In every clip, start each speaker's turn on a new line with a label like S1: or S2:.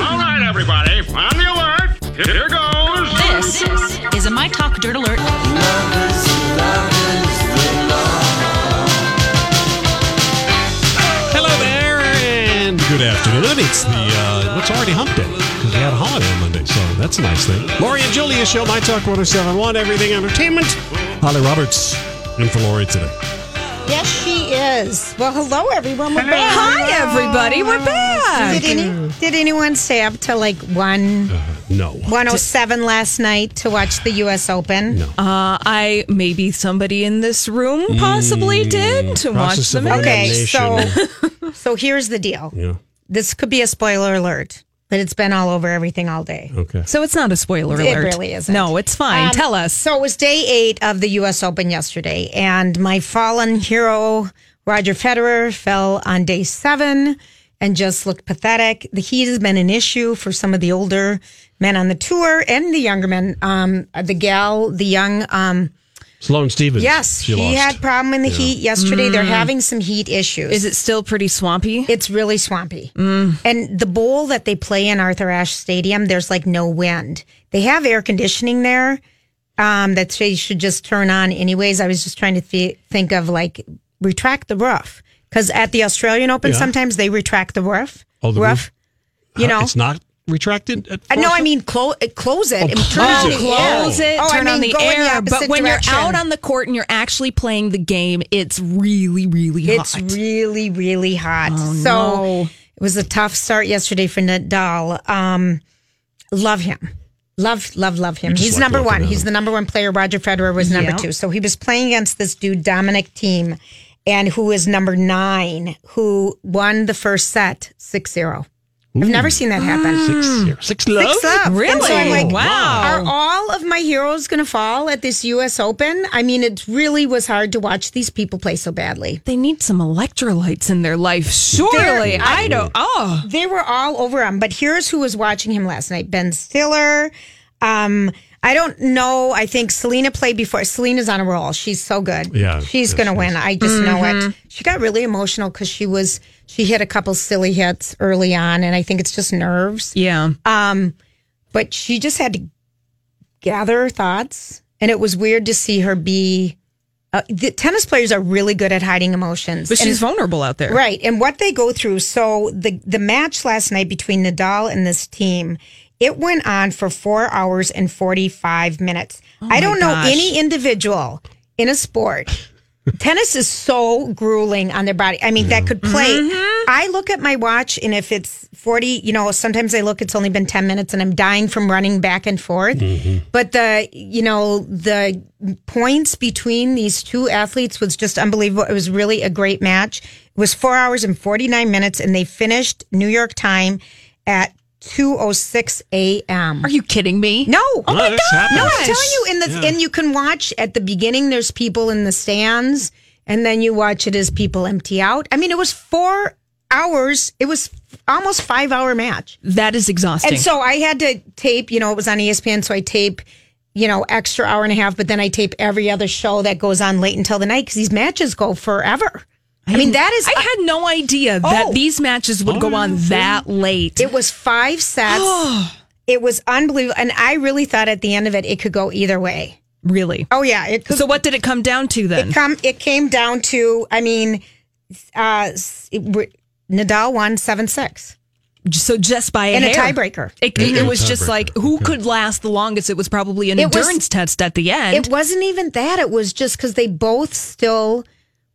S1: All right, everybody, on the alert. Here goes.
S2: This is a My Talk Dirt Alert.
S3: Hello there, and good afternoon. It's the uh, what's already hump day because we had a holiday on Monday, so that's a nice thing. Lori and Julia show my talk 1071, everything entertainment. Holly Roberts in for Lori today.
S4: Yes, she is. Well, hello, everyone. We're back.
S5: Hi, everybody.
S4: Ah.
S5: We're back.
S4: Did, any, did anyone stay up till like 1,
S3: Uh, no,
S4: 107 last night to watch the U.S. Open?
S3: No.
S5: Uh, I maybe somebody in this room possibly did to watch
S3: Mm. Process
S5: the
S3: of
S5: minutes.
S4: Okay, so,
S3: Elimination.
S4: so here's the deal.
S3: yeah,
S4: This could be a spoiler alert, but it's been all over everything all day.
S3: okay.
S5: So it's not a spoiler
S4: It
S5: alert.
S4: really isn't.
S5: No, it's fine.
S4: Um,
S5: Tell us.
S4: So it was day eight of the U.S. Open yesterday, and my fallen hero Roger Federer fell on day seven and just looked pathetic. The heat has been an issue for some of the older men on the tour and the younger men. Um, the gal, the young. Um,
S3: Sloane Stevens.
S4: yes,
S3: she
S4: he
S3: lost.
S4: had problem in the heat yesterday. They're having some heat issues.
S5: Mm. Is it still pretty swampy?
S4: It's really swampy. Mm. And the bowl that they play in Arthur Ashe Stadium, there's like no wind. They have air conditioning there um, that they should just turn on anyways. I was just trying to thi- think of like retract the roof because at the Australian Open,
S3: Yeah.
S4: sometimes they retract the roof.
S3: Oh, the
S4: roof. You
S3: Huh,
S4: know,
S3: it's not retracted. At
S4: Uh, no,
S3: first?
S4: I mean close it, close it,
S3: Oh,
S4: and
S3: close
S4: turn on
S3: it.
S4: the air.
S5: Close it,
S4: Oh, I
S5: turn on
S4: mean,
S5: the
S4: go in
S5: air.
S4: opposite
S5: but when
S4: direction.
S5: you're out on the court and you're actually playing the game, it's really, really hot. Oh,
S4: It's really, really hot. so
S5: no.
S4: it was a tough start yesterday for Nadal. Um, love him. Love, love, love him.
S3: just
S4: He's
S3: like
S4: number
S3: looking
S4: one.
S3: at
S4: He's
S3: him.
S4: the number one player. Roger Federer was number
S5: Yeah.
S4: two. So he was playing against this dude, Dominic Team, and who is number nine, who won the first set 6 0. I've never seen that happen.
S3: six, here. six love.
S4: Hmm. Six up. And so I'm
S5: Oh, Really?
S4: like,
S5: Wow.
S4: Are all of my heroes going to fall at this U.S. Open? I mean, it really was hard to watch these people play so badly.
S5: they need some electrolytes in their life, surely.
S4: They're-
S5: I don't. Oh,
S4: They were all over him, but here's who was watching him last night: Ben Stiller. Um, I don't know. I think Selena played before. Selena's on a roll. She's so good.
S3: Yeah,
S4: she's
S3: yes,
S4: gonna
S3: she
S4: win. I just know it. She got really emotional because she was she hit a couple silly hits early on, and I think it's just nerves.
S5: yeah.
S4: But she just had to gather her thoughts, and it was weird to see her be. Uh, the tennis players are really good at hiding emotions.
S5: but
S4: and-
S5: she's vulnerable out there.
S4: Right, and what they go through. So the the match last night between Nadal and this team, it went on for four hours and forty five minutes. I don't
S5: Oh gosh.
S4: know any individual in a sport. Tennis is so grueling on their body. I mean, that could play.
S5: Mm-hmm.
S4: I look at my watch, and if it's forty, you know, sometimes I look. It's only been ten minutes, and I'm dying from running back and forth. But the you know the points between these two athletes was just unbelievable. It was really a great match. It was four hours and forty nine minutes, and they finished New York time at two oh six a.m.
S5: Are you kidding me?
S4: No, oh
S3: my this God. happens.
S4: No, I'm telling you, in the and you can watch at the beginning. There's people in the stands, and then you watch it as people empty out. I mean, it was four hours. It was almost five hour match.
S5: That is exhausting.
S4: And so I had to tape, you know, it was on E ESPN, so I tape, you know, extra hour and a half, but then I tape every other show that goes on late until the night because these matches go forever. I, mean, that is,
S5: I had no idea that
S4: Oh.
S5: these matches would go on that late.
S4: it was five
S5: Oh.
S4: sets. it was unbelievable. And I really thought at the end of it, it could go either way.
S5: really.
S4: Oh, yeah. It could
S5: So what did it come down to then?
S4: it come it came down to i mean uh s- it, w- nadal won 7-6
S5: so just by a
S4: in a
S5: hair.
S4: tiebreaker
S5: It,
S3: In
S5: it
S3: a
S5: was just
S3: tiebreaker,
S5: like who
S3: okay.
S5: could last the longest. It was probably an
S4: It was-
S5: endurance test at the end.
S4: it wasn't even that it was just because they both still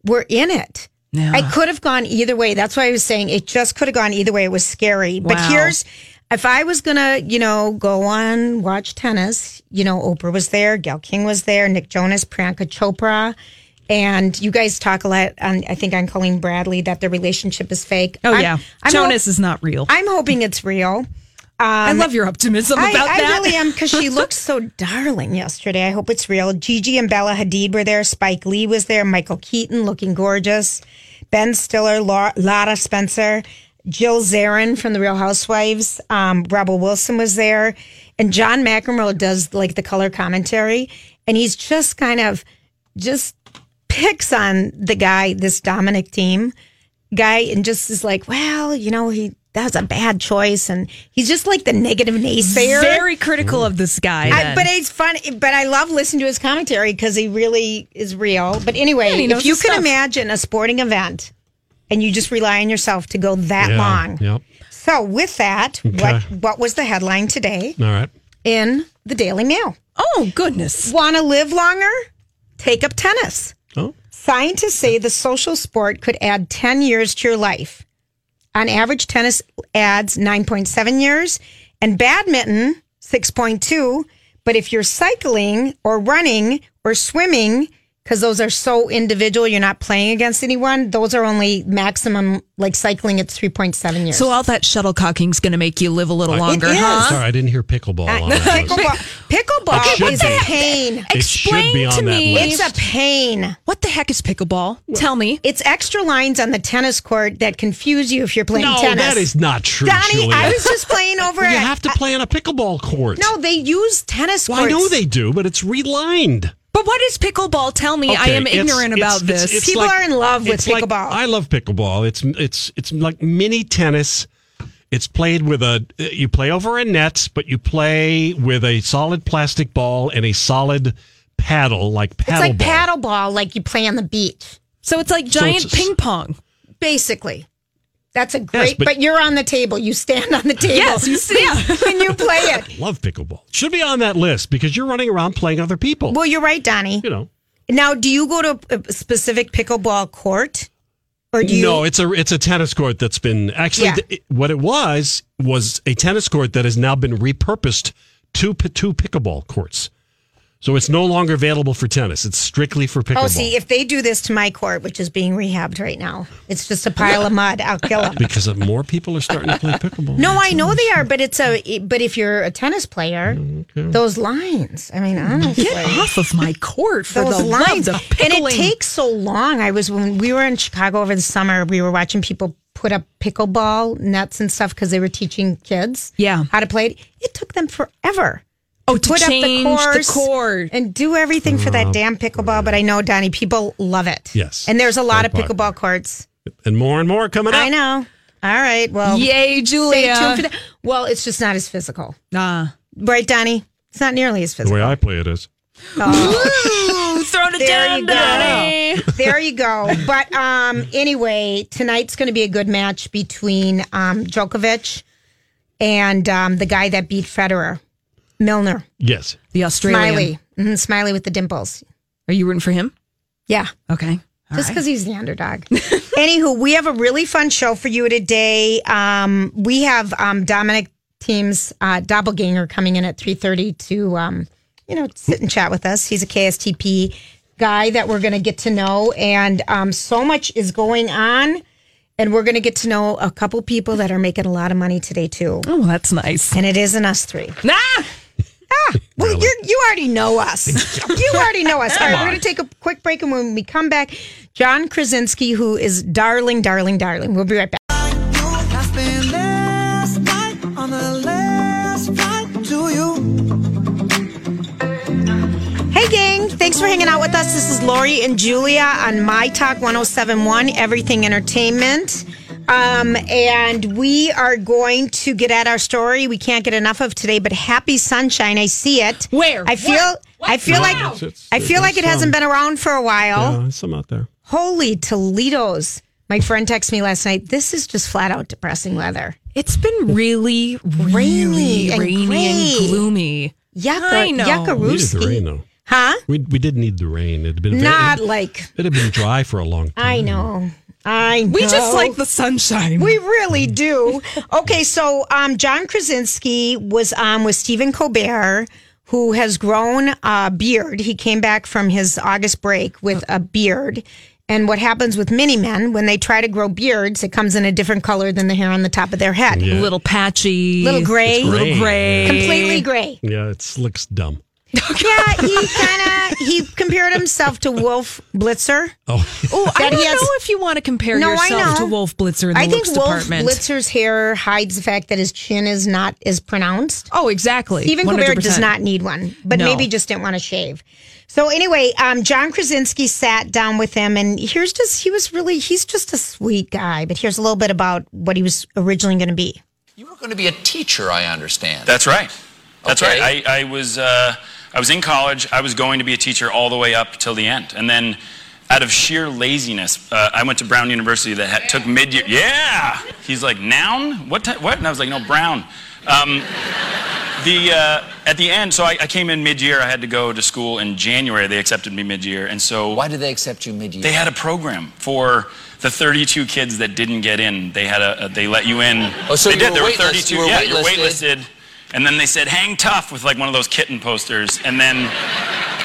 S4: were in it
S5: Yeah.
S4: i could have gone either way that's why i was saying it just could have gone either way it was scary
S5: Wow.
S4: but here's if i was gonna you know go on watch tennis you know oprah was there gail king was there nick jonas priyanka chopra And you guys talk a lot on, I think, on Colleen Bradley that their relationship is fake.
S5: Oh
S4: I'm-
S5: yeah,
S4: I'm ho-
S5: Jonas is not real. I,
S4: I'm hoping it's real.
S5: love your optimism
S4: I,
S5: about
S4: I
S5: that.
S4: really am because she looked so darling yesterday. I hope it's real. Gigi and Bella Hadid were there. Spike Lee was there. Michael Keaton looking gorgeous. Ben Stiller, Lara, Lara Spencer, Jill Zarin from The Real Housewives. Um, Rebel Wilson was there, and John McEnroe does like the color commentary, and he's just kind of just picks on the guy, this Dominic team guy, and just is like, well, you know, he. That was a bad choice, and he's just like the negative naysayer.
S5: Very critical of this guy.
S4: I,
S5: then.
S4: but it's fun. But I love listening to his commentary because he really is real. But anyway,
S5: he knows
S4: if you
S5: his
S4: could
S5: stuff.
S4: imagine a sporting event and you just rely on yourself to go that
S3: Yeah,
S4: long.
S3: Yep.
S4: So with that,
S3: Okay.
S4: what what was the headline today
S3: All right.
S4: in the Daily Mail?
S5: oh goodness,
S4: Want to live longer? Take up tennis.
S3: Oh,
S4: Scientists say the social sport could add 10 years to your life. On average, tennis adds 9.7 years and badminton 6.2. But if you're cycling or running or swimming, because those are so individual, you're not playing against anyone, those are only maximum, like cycling, it's 3.7 years.
S5: so
S3: uh,
S5: all that shuttlecocking's going to make you live a little longer,
S4: is.
S5: huh?
S3: Oh, sorry, I didn't hear pickleball on that. list.
S4: Uh, pickleball,
S3: It
S4: pickleball
S3: should
S4: is
S3: be.
S4: a pain.
S3: It should be
S5: Explain
S3: on
S5: to
S3: that
S5: me.
S3: list.
S4: It's a pain.
S5: What the heck is pickleball? Tell me.
S4: It's extra lines on the tennis court that confuse you if you're playing
S3: no,
S4: tennis.
S3: that is not true,
S4: Donnie,
S3: Julia.
S4: I was just playing over
S3: you
S4: it.
S3: have to play on a pickleball court.
S4: no, they use tennis
S3: well, I
S4: courts.
S3: know they do, but it's relined.
S5: But what is pickleball? Tell me. I
S3: Okay,
S5: am
S3: it's-
S5: ignorant
S3: it's-
S5: about
S3: it's-
S5: this.
S3: it's
S4: People
S3: like-
S4: are in love with
S3: it's like-
S4: pickleball.
S3: I love pickleball. It's it's it's like mini tennis. It's played with a you play over a net, but you play with a solid plastic ball and a solid paddle, like
S4: It's
S3: paddle
S4: like
S3: ball.
S4: paddle ball, like you play on the beach,
S5: so it's like giant
S3: it's-
S5: ping pong.
S4: basically. That's a great.
S3: but-
S4: but, you're on the table. You stand on the table.
S5: Yes, you see. Yeah.
S4: when you play it.
S3: Love pickleball. Should be on that list because you're running around playing other people.
S4: Well, you're right, Donnie.
S3: you know.
S4: Now, do you go to a specific pickleball court, or do you?
S3: No, it's a it's a tennis court that's been actually
S4: Yeah.
S3: th- it- what it was was a tennis court that has now been repurposed to p- two pickleball courts. So it's no longer available for tennis. It's strictly for pickleball.
S4: Oh, see, if they do this to my court, which is being rehabbed right now, it's just a pile of mud. I'll kill them.
S3: because of more people are starting to play pickleball.
S4: No, I know they are, but it's a. But if you're a tennis player, those lines. I mean, honestly.
S5: Off of my court for
S4: those
S5: the
S4: lines.
S5: love of
S4: And it
S5: pickling.
S4: takes so long. I was when we were in Chicago over the summer, we were watching people put up pickleball nets and stuff because they were teaching kids
S5: Yeah.
S4: how to play it. It took them forever.
S5: Oh,
S4: Put up the course
S5: court.
S4: and do everything for that damn pickleball. But I know, Donnie, people love it.
S3: Uh, Yes.
S4: And there's a lot of
S3: Very popular.
S4: pickleball courts.
S3: and more and more coming up.
S4: I know. All right. Well,
S5: Yay,
S4: stay tuned
S5: Julia.
S4: for that. Well, it's just not as physical.
S5: Nah.
S4: Right, Donnie? It's not nearly as
S3: The
S4: physical.
S3: way I play it is.
S5: Ooh, throwing it
S4: There you
S5: down,
S4: go.
S5: Donnie.
S4: there you go. But um, anyway, tonight's going to be a good match between um, Djokovic and um, the guy that beat Federer, Milner,
S3: Yes.
S5: The Australian.
S4: Smiley, Mhm, Smiley with the dimples.
S5: Are you rooting for him?
S4: Yeah.
S5: Okay. All
S4: Just
S5: right.
S4: because he's the underdog. Anywho, we have a really fun show for you today. Um, we have um, Dominic Team's uh, doppelganger coming in at three thirty to, um, you know, sit and chat with us. He's a KSTP guy that we're going to get to know, and um, so much is going on, and we're going to get to know a couple people that are making a lot of money today too.
S5: Oh, that's nice.
S4: And it isn't us three.
S5: Nah.
S4: Ah, Well, you you already know us. you already know us. All right, we're going to take a quick break, and when we come back, John Krasinski, who is darling, darling, darling, we'll be right back.
S6: I spent last night on the last flight to you.
S4: Hey, gang. Thanks for hanging out with us. This is Lori and Julia on My Talk 1071, Everything Entertainment. Um, and we are going to get at our story we can't get enough of today, but happy sunshine. I see it.
S5: Where?
S4: I feel I feel like
S3: It's- it's-
S4: I feel like it
S3: it's, um,
S4: hasn't been around for a while.
S3: Yeah, Uh, there's some out there.
S4: Holy Toledo's. My friend texted me last night. This is just flat out depressing weather.
S5: It's been really,
S4: Rainy
S5: really
S4: and
S5: rainy
S4: gray.
S5: and gloomy.
S4: Yucca,
S5: I know.
S3: We needed the rain
S4: Yuckarooski.
S3: though.
S4: Huh?
S3: We we did need the rain. It'd been
S4: Not
S3: it,
S4: like
S3: it had been dry for a long time.
S4: I know. I know.
S5: We just like the sunshine.
S4: We really do. Okay, so um, John Krasinski was on with Stephen um, Colbert, who has grown a beard. He came back from his August break with a beard. And what happens with mini men when they try to grow beards, it comes in a different color than the hair on the top of their head.
S3: Yeah.
S5: Little patchy.
S4: Little gray,
S5: Little gray.
S4: completely gray.
S3: Yeah, it looks dumb.
S4: Yeah, he kind of he compared himself to Wolf Blitzer.
S3: Oh,
S5: Oh, I
S4: That
S5: don't
S4: he has-
S5: know if you want to compare
S4: No, I
S5: yourself to
S4: know.
S5: Wolf Blitzer in the
S4: I think
S5: looks
S4: Wolf
S5: department.
S4: Blitzer's hair hides the fact that his chin is not as pronounced.
S5: oh, exactly.
S4: Stephen Colbert does
S5: 100%.
S4: not need one, but
S5: No.
S4: maybe just didn't want to shave. So anyway, um, John Krasinski sat down with him, and here's just he was really he's just a sweet guy. But here's a little bit about what he was originally going to be.
S7: You were going to be a teacher, I understand.
S8: That's right. That's
S7: Okay.
S8: right. I, I was uh, I was in college. I was going to be a teacher all the way up till the end, and then out of sheer laziness, uh, I went to Brown University that had, took mid year. Yeah. He's like noun. What? T- what? And I was like, no, Brown. Um, the uh, at the end, so I, I came in mid year. I had to go to school in January. They accepted me mid year, and so
S7: Why did they accept you mid-year?
S8: they had a program for. The 32 kids that didn't get in, they had a, a they let you in.
S7: Oh, so
S8: they
S7: you
S8: did.
S7: were
S8: there were
S7: waitlisted-
S8: 32.
S7: you were
S8: yeah, you're
S7: waitlisted.
S8: waitlisted. And then they said, "Hang tough" with like one of those kitten posters, and then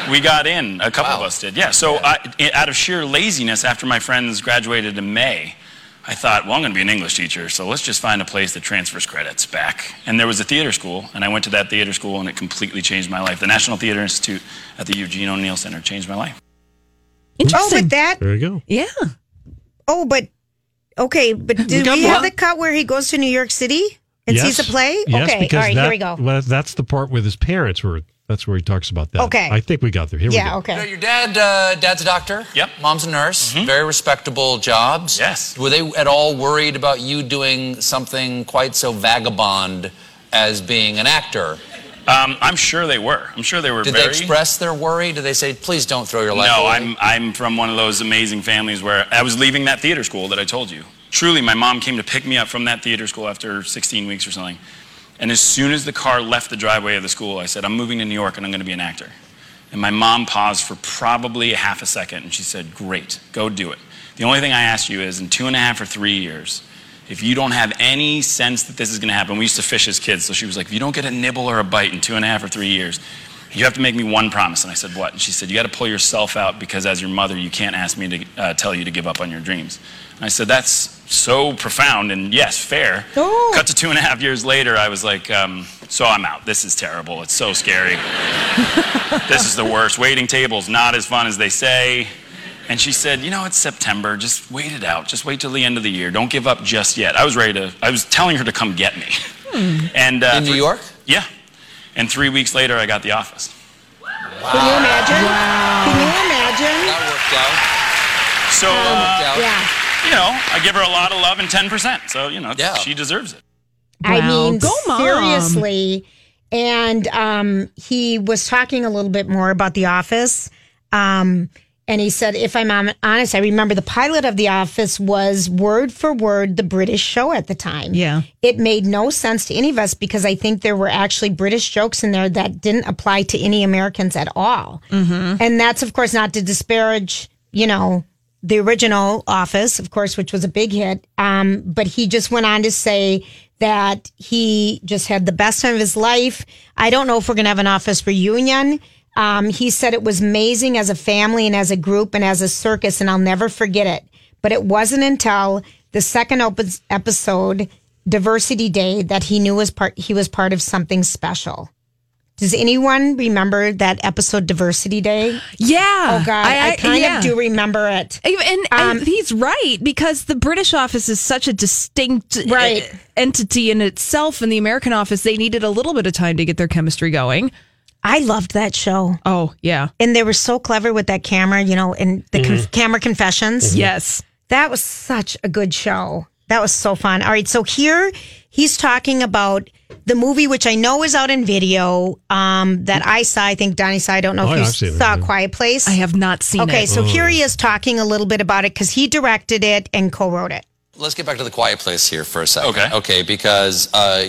S8: we got in. A couple
S7: Wow.
S8: of us did. Yeah. So I, i- out of sheer laziness, after my friends graduated in May, I thought, "Well, I'm going to be an English teacher, so let's just find a place that transfers credits back." And there was a theater school, and I went to that theater school, and it completely changed my life. The National Theater Institute at the Eugene O'Neill Center changed my life.
S4: Oh,
S5: Interesting.
S4: but that
S3: there you go.
S5: yeah.
S4: oh, but okay, but did
S3: got
S4: we have
S3: one.
S4: the cut where he goes to New York City and sees a play?
S3: Yes,
S4: okay,
S3: because
S4: all right,
S3: that-
S4: here we go.
S3: Well, that's the part with his parents where that's where he talks about that.
S4: Okay.
S3: I think we got there. Here we
S4: yeah,
S3: go.
S7: So
S4: okay.
S7: your dad, uh, dad's a doctor.
S8: Yep. Mm-hmm.
S7: Mom's a nurse. Very respectable jobs.
S8: Yes.
S7: Were they at all worried about you doing something quite so vagabond as being an actor?
S8: Um, I'm sure they were. I'm sure they were
S7: Did
S8: very.
S7: they express their worry? Did they say, "Please don't throw your life"?
S8: No,
S7: away"?
S8: I'm I'm from one of those amazing families where I was leaving that theater school that I told you. Truly, my mom came to pick me up from that theater school after 16 weeks or something. And as soon as the car left the driveway of the school, I said, "I'm moving to New York and I'm going to be an actor." And my mom paused for probably a half a second and she said, "Great, go do it." The only thing I ask you is, in two and a half or three years, if you don't have any sense that this is going to happen, we used to fish as kids. So she was like, if you don't get a nibble or a bite in two and a half or three years, you have to make me one promise. And I said, what? And she said, you got to pull yourself out because as your mother, you can't ask me to uh, tell you to give up on your dreams. And I said, that's so profound and yes, fair.
S4: Oh.
S8: Cut to two and a half years later, I was like, um, so I'm out. This is terrible. It's so scary. this is the worst. Waiting tables, not as fun as they say. And she said, You know, it's September. Just wait it out. Just wait till the end of the year. Don't give up just yet. I was ready to, I was telling her to come get me. And uh,
S7: Hmm. in New
S8: three-
S7: York.
S8: Yeah. And three weeks later, I got the office.
S4: Can you imagine? Can you imagine?
S7: That worked out.
S8: So,
S7: That
S8: uh,
S7: worked out.
S4: Yeah.
S8: you know, I give her a lot of love and 10%. So, you know, it's-
S7: Yeah.
S8: she deserves it.
S4: I
S5: Wow,
S4: mean,
S5: go mom.
S4: seriously. And um, he was talking a little bit more about The Office. Um, and he said, if I'm hon- honest, I remember the pilot of The Office was word for word the British show at the time.
S5: Yeah.
S4: It made no sense to any of us because I think there were actually British jokes in there that didn't apply to any Americans at all.
S5: Mm-hmm.
S4: And that's, of course, not to disparage, you know, the original Office, of course, which was a big hit. Um, but he just went on to say that he just had the best time of his life. I don't know if we're going to have an Office reunion. Um, he said it was amazing as a family and as a group and as a circus, and I'll never forget it. But it wasn't until the second opens episode, Diversity Day, that he knew was part. He was part of something special. Does anyone remember that episode, Diversity Day?
S5: Yeah.
S4: Oh God, I, kind
S5: yeah.
S4: of do remember it.
S5: And, and he's right because the British office is such a distinct
S4: Right.
S5: e- entity in itself. In the American office, they needed a little bit of time to get their chemistry going.
S4: I loved that show,
S5: Oh yeah,
S4: and they were so clever with that camera, you know, and the con-
S3: Mm-hmm.
S4: camera confessions.
S5: yes.
S4: That was such a good show. That was so fun. All right, so here he's talking about the movie, which I know is out in video. Um, that I saw. I think Donnie saw. I don't know
S3: Mm-hmm. Oh,
S4: if
S3: yeah,
S4: you
S3: I've seen it,
S4: saw
S3: yeah. Oh.
S4: Quiet Place.
S5: I have not seen
S4: Okay,
S5: it.
S4: so here he is talking a little bit about it because he directed it and co-wrote it.
S7: Let's get back to the quiet place here for a second.
S8: Okay.
S7: Okay, because uh,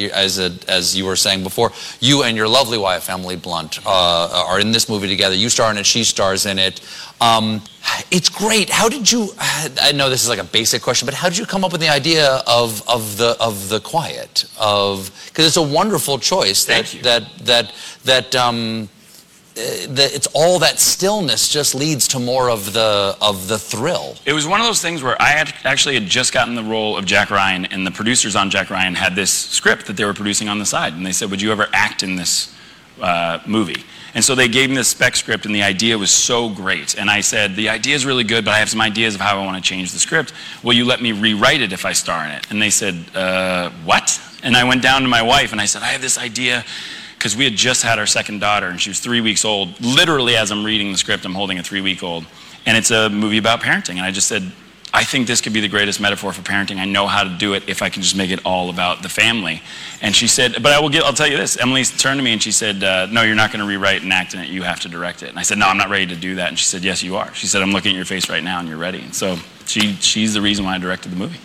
S7: You- As, a, as you were saying before, you and your lovely wife, Emily Blunt, uh, are in this movie together. You star in it, she stars in it. Um, it's great. How did you, I know this is like a basic question, but how did you come up with the idea of, of, the, of the quiet? Of Because it's a wonderful choice that, that, that, that, um, uh, that it's all that stillness just leads to more of the, of the thrill.
S8: It was one of those things where I had actually had just gotten the role of Jack Ryan, and the producers on Jack Ryan had this script that they were producing on the side, and they said, "Would you ever act in this uh, movie?" And so they gave me this spec script, and the idea was so great. And I said, "The idea is really good, but I have some ideas of how I want to change the script. Will you let me rewrite it if I star in it?" And they said, uh, "What?" And I went down to my wife and I said, "I have this idea." Because we had just had our second daughter, and she was three weeks old. Literally, as I'm reading the script, I'm holding a three week old and it's a movie about parenting. And I just said, I think this could be the greatest metaphor for parenting. I know how to do it if I can just make it all about the family. And she said, but I will get, I'll tell you this. Emily turned to me and she said, uh, no, you're not going to rewrite and act in it. You have to direct it. And I said, no, I'm not ready to do that. And she said, yes, you are. She said, I'm looking at your face right now and you're ready. And so she, she's the reason why I directed the movie.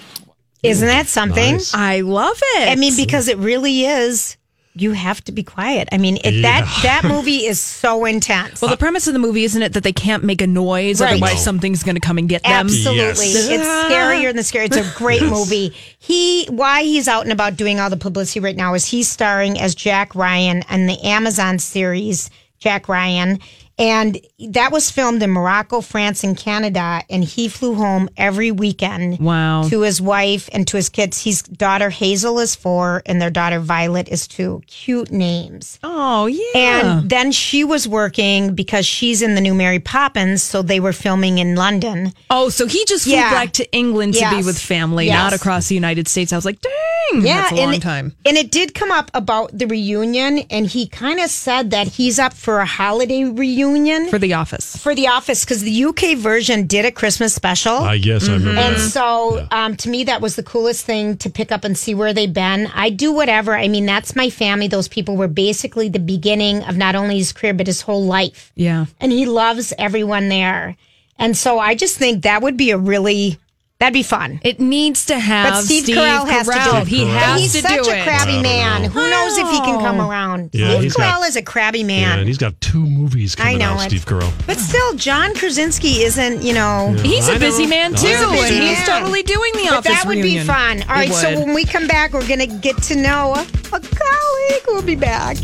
S4: Isn't that something?
S8: Nice.
S4: I love it. I mean, because it really is. You have to be quiet. I mean, it, that that movie is so intense.
S5: Well, the premise of the movie isn't it that they can't make a noise,
S4: uh, Right.
S5: otherwise
S4: No.
S5: something's going to come and get them. Ah.
S4: Absolutely. It's scarier than scary. It's a great movie. He why he's out and about doing all the publicity right now is he's starring as Jack Ryan in the Amazon series Jack Ryan. And that was filmed in Morocco, France, and Canada. And he flew home every weekend
S5: Wow.
S4: to his wife and to his kids. His daughter Hazel is four, and their daughter Violet is two. Cute names.
S5: Oh yeah.
S4: And then she was working because she's in the new Mary Poppins. So they were filming in London.
S5: oh, so he just flew
S4: Yeah.
S5: back to England to be
S4: Yes.
S5: with family,
S4: Yes.
S5: not across the United States. I was like, dang, that's a long
S4: and,
S5: time.
S4: And it did come up about the reunion, and he kind of said that he's up for a holiday reunion
S5: For The Office.
S4: for The Office because the UK version did a Christmas special.
S3: Ah,
S9: I guess I remember.
S4: Mm-hmm. And
S9: that.
S4: so, um, to me, that was the coolest thing to pick up and see where they've been. I do whatever. I mean, that's my family. Those people were basically the beginning of not only his career, but his whole life.
S5: Yeah.
S4: And he loves everyone there. And so I just think that would be a really, that'd be fun.
S5: It needs to have
S4: But Steve, Carell has to do
S5: Carell.
S4: it.
S5: He
S4: But
S5: has
S4: he's
S5: to
S4: such
S5: do
S4: a
S5: it.
S4: crabby
S9: I don't
S4: man.
S9: know.
S4: Who knows if he can come around?
S9: Yeah,
S4: Steve
S9: he's
S4: Carell
S9: got-
S4: is a crabby
S9: yeah,
S4: man.
S9: and he's got two movies
S4: I
S9: coming
S4: know
S9: out,
S4: it.
S9: Steve Carell.
S4: but still, John Krasinski isn't, you know.
S5: He's
S9: I
S5: a busy
S9: know.
S5: man
S9: I
S5: too,
S9: know.
S4: He's a busy
S5: and he's
S4: man.
S5: totally doing the
S4: But
S5: office.
S4: that would be
S5: reunion.
S4: fun. All
S5: It
S4: right, so
S5: would.
S4: when we come back, we're going to get to know a colleague. We'll be back.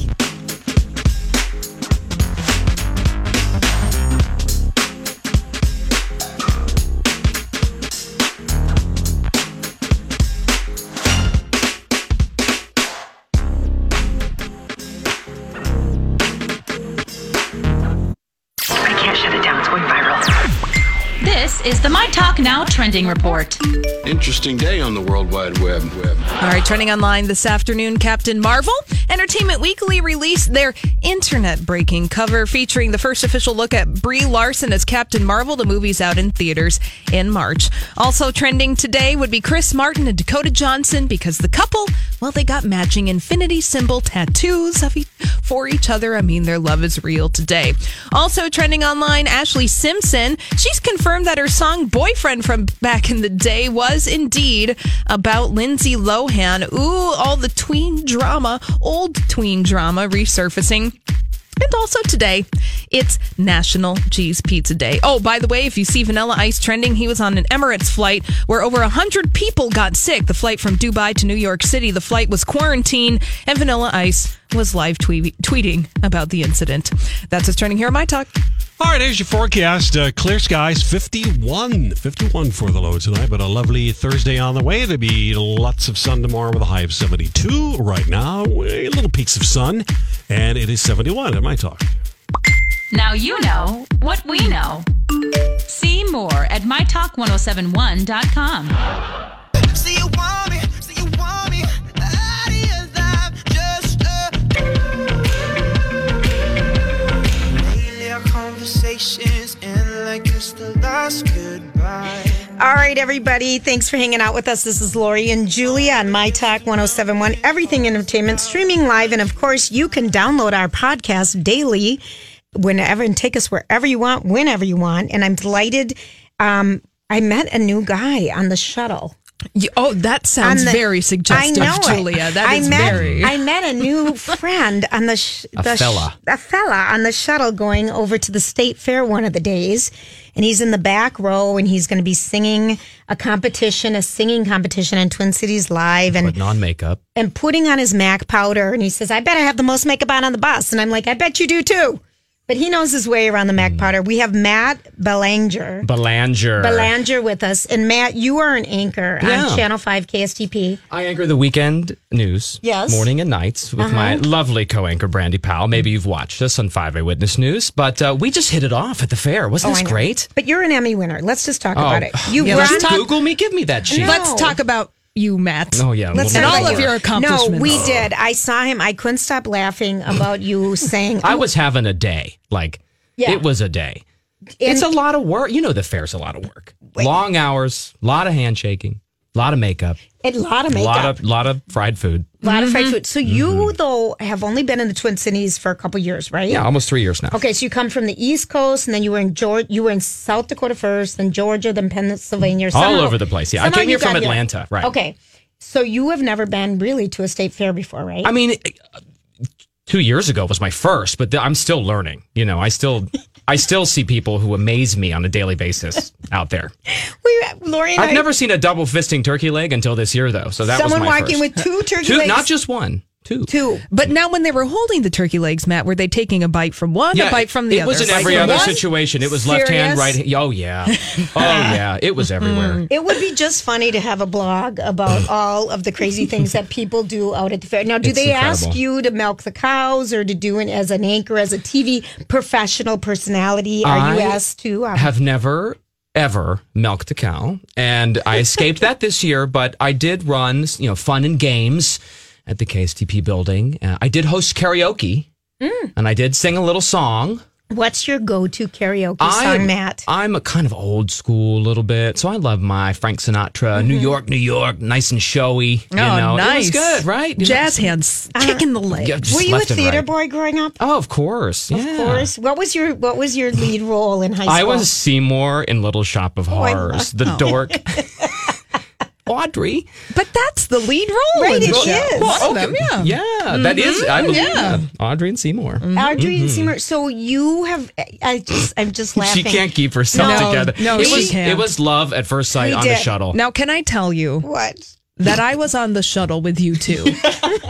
S10: I can't shut it down. It's going viral.
S11: This is the My Talk Now trending report.
S1: Interesting day on the World Wide Web. Web.
S5: All right, trending online this afternoon, Captain Marvel. Entertainment Weekly released their internet breaking cover featuring the first official look at Brie Larson as Captain Marvel. The movie's out in theaters in March. Also trending today would be Chris Martin and Dakota Johnson because the couple, well, they got matching infinity symbol tattoos of each, for each other. I mean, their love is real today. Also trending online, Ashley Simpson. She's confirmed that her song Boyfriend from back in the day was indeed about Lindsay Lohan. Ooh, all the tween drama, old tween drama resurfacing. And also today, it's National Cheese Pizza Day. Oh, by the way, if you see Vanilla Ice trending, he was on an Emirates flight where over 100 people got sick. The flight from Dubai to New York City, the flight was quarantined, and Vanilla Ice was live tweet- tweeting about the incident. That's what's trending here on My Talk.
S3: All right, here's your forecast. Uh, clear skies, 51. 51 for the low tonight, but a lovely Thursday on the way. There'll be lots of sun tomorrow with a high of 72. Right now, a little peaks of sun, and it is 71 at my talk.
S2: Now you know what we know. See more at mytalk1071.com.
S6: See you want me, see you want me. That is, I'm just a Lately our conversations end like it's the last goodbye.
S4: All right, everybody. Thanks for hanging out with us. This is Lori and Julia on My Talk 1071, Everything Entertainment, streaming live. And of course, you can download our podcast daily whenever and take us wherever you want, whenever you want. And I'm delighted. Um, I met a new guy on the shuttle.
S5: oh, that sounds very suggestive,
S4: I know it.
S5: Julia. That
S4: I
S5: is
S4: met,
S5: very-
S4: I met a new friend on the, sh-
S8: A
S4: the sh-
S8: fella.
S4: a fella on the shuttle going over to the state fair one of the days and he's in the back row and he's going to be singing a competition a singing competition on twin cities live and
S8: But non makeup.
S4: and putting on his mac powder and he says i bet i have the most makeup on on the bus and i'm like i bet you do too but he knows his way around the
S8: Mm.
S4: mac powder we have matt belanger
S8: Belanger.
S4: belanger with us and matt you are an anchor
S8: Yeah. Oh,
S4: on channel 5 kstp
S8: I anchor the weekend news,
S4: Yes.
S8: morning and nights, with
S4: Uh-huh.
S8: my lovely co-anchor Brandy Powell. Maybe you've watched us on Five Eyewitness News, but uh, we just hit it off at the fair. Wasn't
S4: Oh, I
S8: this
S4: know.
S8: great?
S4: but you're an emmy winner let's just talk
S8: Oh,
S4: about it you
S8: yeah,
S4: were
S8: just
S4: on-
S8: Google me. Give me that shit.
S5: Let's talk about you, Matt.
S8: Oh, yeah.
S5: Let's
S8: Well,
S5: and
S8: now
S5: all
S8: that
S5: of
S8: we're-
S5: your accomplishments.
S4: No, we did. I saw him. I couldn't stop laughing about you saying.
S8: I was having a day. Like,
S4: Yeah.
S8: it was a day. it's a lot of work. You know, the fair's a lot of work. Long hours, a lot of handshaking, a lot of makeup,
S4: a lot of
S8: a
S4: makeup,
S8: lot of lot of fried food. Mm-hmm.
S4: fried food. So you though have only been in the Twin Cities for a couple years, right?
S8: Yeah, almost three years now.
S4: Okay, so you come from the East Coast, and then you were in Georgia. You were in South Dakota first, then Georgia, then Pennsylvania.
S8: All
S4: Somehow-
S8: over the place, yeah. I
S4: somehow
S8: came
S4: you
S8: here from
S4: got
S8: Atlanta, right.
S4: Okay, so you have never been really to a state fair before, right?
S8: I mean, eh, two years ago was my first, but th- I'm still learning. You know, I still I still see people who amaze me on a daily basis out there.
S4: we, Lori and
S8: I've
S4: I-
S8: never seen a double fisting turkey leg until this year, though. So that
S4: Someone
S8: was my
S4: walking
S8: first.
S4: with two turkey
S8: two,
S4: legs.
S8: not just one. Two.
S4: Two.
S5: But now, when they were holding the turkey legs, Matt, were they taking a bite from one, a bite from the
S8: it
S5: other?
S8: was in
S5: Bite
S8: every
S5: from
S8: other
S5: one?
S8: situation. It was left hand,
S5: Serious?
S8: right. hand. Oh yeah, oh yeah. It was everywhere.
S4: It would be just funny to have a blog about all of the crazy things that people do out at the fair. Now, do
S8: It's
S4: they
S8: incredible.
S4: ask you to milk the cows or to do it as an anchor, as a TV professional personality? Are you
S8: I
S4: asked to? um,
S8: have never ever milked a cow and i escaped that this year but i did run you know fun and games at the kstp building uh, i did host karaoke
S4: Hmm.
S8: and i did sing a little song
S4: what's your go-to karaoke
S8: I
S4: song,
S8: am-
S4: Matt?
S8: i'm a kind of old school a little bit so i love my frank sinatra new york new york nice and showy you
S5: Oh,
S8: know
S5: nice.
S8: it was good right You know,
S5: Jazz hands kicking the leg.
S8: Yeah, just
S4: Were you a
S8: left and
S4: theater
S8: right.
S4: boy growing up?
S8: oh of course
S4: Of
S8: yeah.
S4: course. What was your What was your lead role in high school?
S8: I was Seymour in Little Shop of
S4: I
S8: Horrors,
S4: love-
S8: the
S4: oh.
S8: dork. Audrey.
S5: But that's the lead role.
S4: Right,
S5: in the
S4: it
S5: show.
S4: is.
S5: One of
S4: Okay.
S5: them, yeah.
S8: Yeah, that is. I
S5: Mhm,
S8: believe.
S5: yeah. Mm-hmm.
S8: Yeah. Audrey and Seymour.
S4: Audrey and
S8: Mhm.
S4: Seymour. So you have. I just. I'm just laughing.
S8: She can't keep herself
S5: No,
S8: together.
S5: no,
S8: it
S5: she
S8: was
S5: can't.
S8: it was love at first sight on the shuttle.
S5: Now, can I tell you
S4: what?
S5: That I was on the shuttle with you two.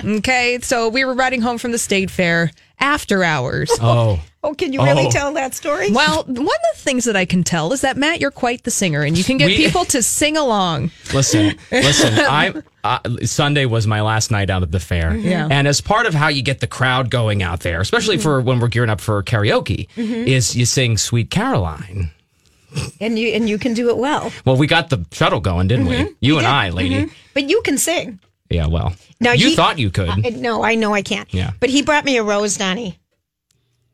S5: okay, so we were riding home from the state fair after hours.
S8: Oh.
S4: Oh, can you really
S5: Oh.
S4: tell that story?
S5: Well, one of the things that I can tell is that Matt, you're quite the singer, and you can get
S8: We-
S5: people to sing along.
S8: Listen, listen. I uh, Sunday was my last night out at the fair,
S5: Mm-hmm. Yeah. Mm-hmm.
S8: and as part of how you get the crowd going out there, especially for when we're gearing up for karaoke,
S4: Mhm.
S8: is you sing "Sweet Caroline."
S4: and you and you can do it well.
S8: Well, we got the shuttle going, didn't
S5: Mm-hmm.
S8: we? You, and I, lady.
S4: Mhm. But you can sing.
S8: Yeah. Well,
S4: Now
S8: you
S4: he-
S8: thought you could.
S4: I- no, I know I can't.
S8: Yeah.
S4: But he brought me a rose, Donnie.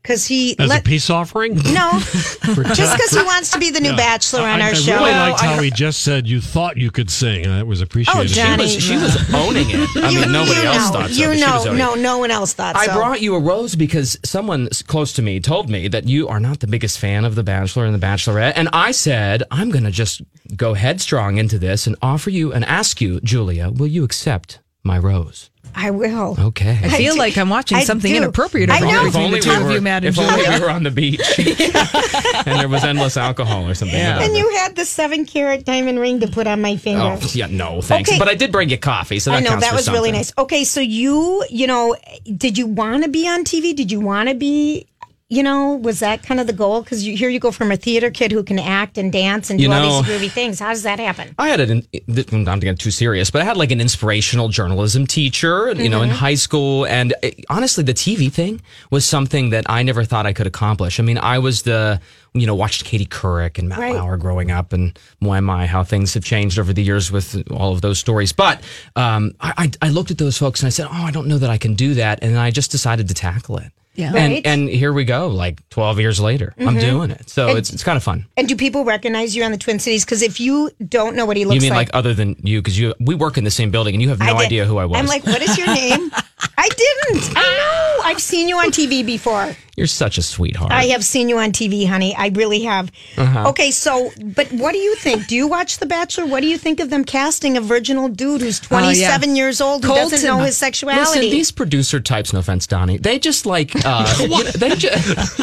S4: Because he.
S3: As
S4: let-
S3: a peace offering?
S4: no. just because he wants to be the new
S3: Yeah.
S4: bachelor on
S3: I,
S4: our
S3: I
S4: show.
S3: really liked how he just said you thought you could sing. and That was appreciated.
S4: Johnny.
S8: She was, she was owning it. I
S4: You-
S8: mean, nobody
S4: you
S8: else
S4: know,
S8: thought so.
S4: You
S8: but she was
S4: know,
S8: owning
S4: no,
S8: it.
S4: no one else thought
S8: I
S4: so.
S8: brought you a rose because someone s- close to me told me that you are not the biggest fan of The Bachelor and The Bachelorette. And I said, I'm going to just go headstrong into this and offer you and ask you, Julia, will you accept my rose?
S4: I will.
S8: Okay.
S5: I feel like I'm watching something inappropriate
S4: I
S5: over here
S4: know.
S8: If only,
S5: the two
S8: we
S5: of
S8: were,
S5: you, Matt and
S8: if only
S5: Julia.
S8: we were on the beach and there was endless alcohol or something.
S4: And you had the seven carat diamond ring to put on my finger.
S8: oh, yeah, no, thanks.
S4: Okay.
S8: But I did bring you coffee, so that
S4: I know
S8: counts
S4: that
S8: for
S4: was really
S8: something.
S4: nice. Okay, so you, you know, did you want to be on TV? Did you want to be, you know, was that kind of the goal? Because you, here you go from a theater kid who can act and dance and do
S8: You
S4: all
S8: know-
S4: these groovy things. How does that happen?
S8: I had an, th- I'm not getting too serious, but I had like an inspirational journalism teacher, you know, in
S4: Mhm.
S8: high school. And eh, honestly, the TV thing was something that I never thought I could accomplish. I mean, I was the, you know, watched Katie Couric and Matt
S12: Right.
S8: Lauer growing up and my, my, how things have changed over the years with all of those stories. But um, I, I, I looked at those folks and I said, oh, I don't know that I can do that. And I just decided to tackle it.
S4: Yeah. Right.
S8: And, and here we go, like 12 years later, I'm
S4: Mhm.
S8: doing it. So
S4: And-
S8: it's, it's kind of fun.
S4: And do people recognize you on the Twin Cities? Because if you don't know what he looks
S8: You mean like, other than you? Because you we work in the same building, and you have no
S4: did-
S8: idea who I was.
S4: I'm like, what is your name? I didn't. I know. I've seen you on TV before.
S8: You're such a sweetheart.
S4: I have seen you on TV, honey. I really have.
S8: Uh-huh.
S4: Okay, so, but what do you think? Do you watch The Bachelor? What do you think of them casting a virginal dude who's
S8: Oh,
S4: 27 years old who doesn't know his sexuality?
S8: Listen, these producer types, no offense, Donnie, they just like, uh, you know, they just,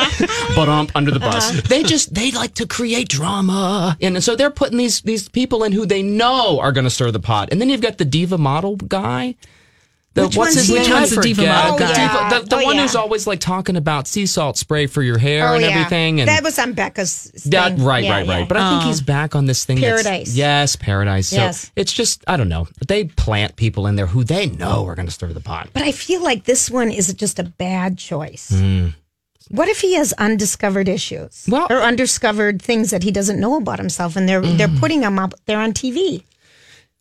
S8: but um, under the bus.
S12: Uh-huh.
S8: They just, they like to create drama. And so they're putting these, these people in who they know are going to stir the pot. And then you've got the diva model guy. The,
S12: Which
S8: what's
S12: one's
S8: his
S12: he?
S8: name?
S12: Which
S8: I
S12: one's the diva
S8: forget.
S12: model
S8: The
S12: guy?
S8: diva- The, the
S4: Oh,
S8: one
S4: yeah.
S8: who's always like talking about sea salt spray for your hair and everything. And
S4: Oh, that was on Becca's. Thing.
S8: That, right,
S4: Yeah,
S8: right,
S4: yeah. Um,
S8: right. But I think he's back on this thing. that's-
S4: Paradise.
S8: yes, paradise. So
S4: Yes.
S8: It's just I don't know. They plant people in there who they know are going to stir the pot.
S4: But I feel like this one is just a bad choice.
S8: Hmm.
S4: What if he has undiscovered issues or undiscovered things that he doesn't know about himself, and they're they're
S8: Mm.
S4: putting him up there on TV?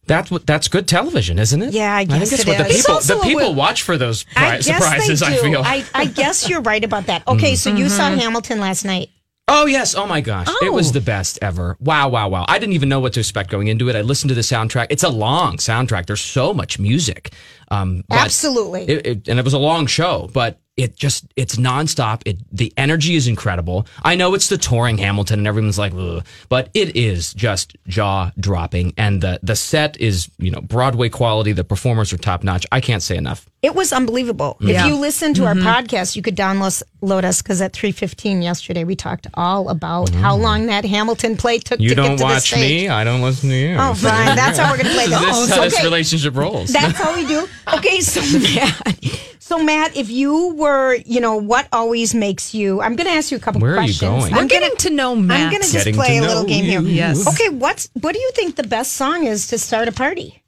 S8: That's what that's good television, isn't it?
S4: Yeah, I
S8: I think
S4: guess
S8: that's
S4: it
S8: what
S4: is. He's
S8: the people
S4: also
S8: the
S4: a
S8: people
S4: wi-
S8: watch for those
S4: I
S8: pri-
S4: guess
S8: surprises.
S4: they
S8: I
S4: do.
S8: feel.
S4: I, I guess you're right about that. Okay, so you saw
S8: Mhm.
S4: Hamilton last night.
S8: Oh yes! Oh my gosh! It
S4: Oh.
S8: was the best ever. Wow! Wow! Wow! I didn't even know what to expect going into it. I listened to the soundtrack. It's a long soundtrack. There's so much music. Um, but
S4: Absolutely.
S8: It, it, and it was a long show, but it just it's nonstop. It the energy is incredible. I know it's the touring Hamilton, and everyone's like, Ugh, but it is just jaw dropping. And the the set is you know Broadway quality. The performers are top notch. I can't say enough.
S4: It was unbelievable.
S8: Yeah.
S4: If you listen to
S8: Mhm.
S4: our podcast, you could download load us because at three fifteen yesterday we talked all about how long that Hamilton play took.
S8: Mm-hmm. You
S4: to
S8: don't
S4: get to the
S8: watch
S4: stage.
S8: me. I don't listen to you.
S4: Oh, fine. That's how we're gonna play this.
S8: This is
S4: Oh,
S8: how this
S4: okay.
S8: relationship rolls.
S4: That's how we do. Okay, so Matt, so Matt, if you were, you know, what always makes you? I'm going to ask you a couple
S8: Where are you
S4: questions.
S8: going? We're
S4: I'm getting to know Matt. I'm going to just
S8: Getting
S4: play
S8: to
S4: a little
S8: know
S4: game here.
S8: you. Yes.
S4: Okay. What's what do you think the best song is to start a party?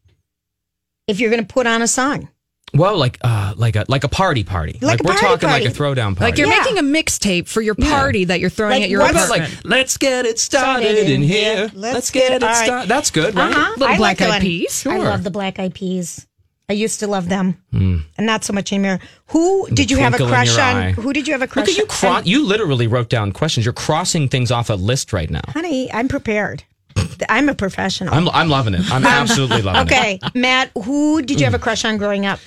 S4: If you're going to put on a song,
S8: Well, like uh, like a like a party party.
S4: Like a
S8: we're
S4: party
S8: talking like a
S4: party.
S8: throwdown party.
S5: Like you're making a mixtape for your party that you're throwing
S4: Like
S5: at your
S4: what's-
S5: apartment.
S8: Like, let's get it started in here. Let's, get, it
S4: all right.
S8: started. That's good, right?
S4: Uh-huh.
S5: Little
S4: I
S5: Black
S4: that
S5: Eyed
S4: one.
S5: Peas?
S4: I
S5: Sure.
S4: love the Black Eyed Peas. I used to love them,
S8: Hmm.
S4: and not so much anymore. Who
S8: The
S4: did you have a
S8: twinkle in
S4: crush
S8: your
S4: on?
S8: eye.
S4: Who did you have a
S8: Look
S4: crush
S8: at you.
S4: on?
S8: Cro- you literally wrote down questions. You're crossing things off a list right now.
S4: Honey, I'm prepared. I'm a professional.
S8: I'm I'm loving it. I'm absolutely loving it.
S4: Um, okay, Matt, who did you have a crush on growing up?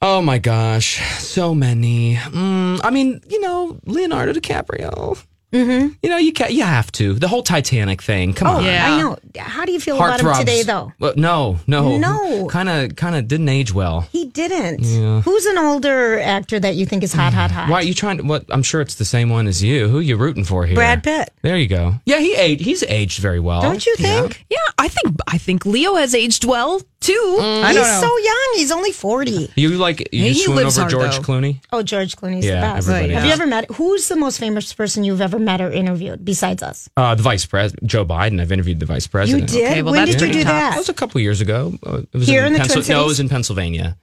S8: Oh my gosh, so many. Mm, I mean, you know, Leonardo DiCaprio.
S4: Mm-hmm.
S8: You know, you ca- you have to. The whole Titanic thing. Come
S4: oh,
S8: on.
S4: I know. How do you feel about him
S8: Hmm. Heartthrobs.
S4: today, though?
S8: Well, no, no,
S4: No.
S8: Kind of, kind of didn't age well.
S4: He didn't.
S8: Yeah.
S4: Who's an older actor that you think is hot, hot, hot?
S8: Why are you trying to? What? I'm sure it's the same one as you. Who you rooting for here?
S4: Brad Pitt.
S8: There you go. Yeah, he aged. He's aged very well.
S4: Don't you
S8: Yeah.
S4: think?
S5: Yeah, I think I think Leo has aged well too.
S4: He's so young. He's only 40.
S8: You like you
S5: He
S8: swoon
S5: lives
S8: over
S5: hard,
S8: George
S5: though.
S8: Clooney?
S4: Oh, George Clooney's
S8: Yeah,
S4: the best.
S8: everybody
S4: Have
S8: is.
S4: you ever met? Who's the most famous person you've ever met or interviewed besides us?
S8: Uh, the vice president, Joe Biden. I've interviewed the vice president.
S4: did? Okay, well, When that's did you pretty do tough. that?
S8: That was a couple years ago. Uh, it was
S4: Here in the Twin
S8: Pennsylvania. No,
S4: Cities?
S8: it was in Pennsylvania.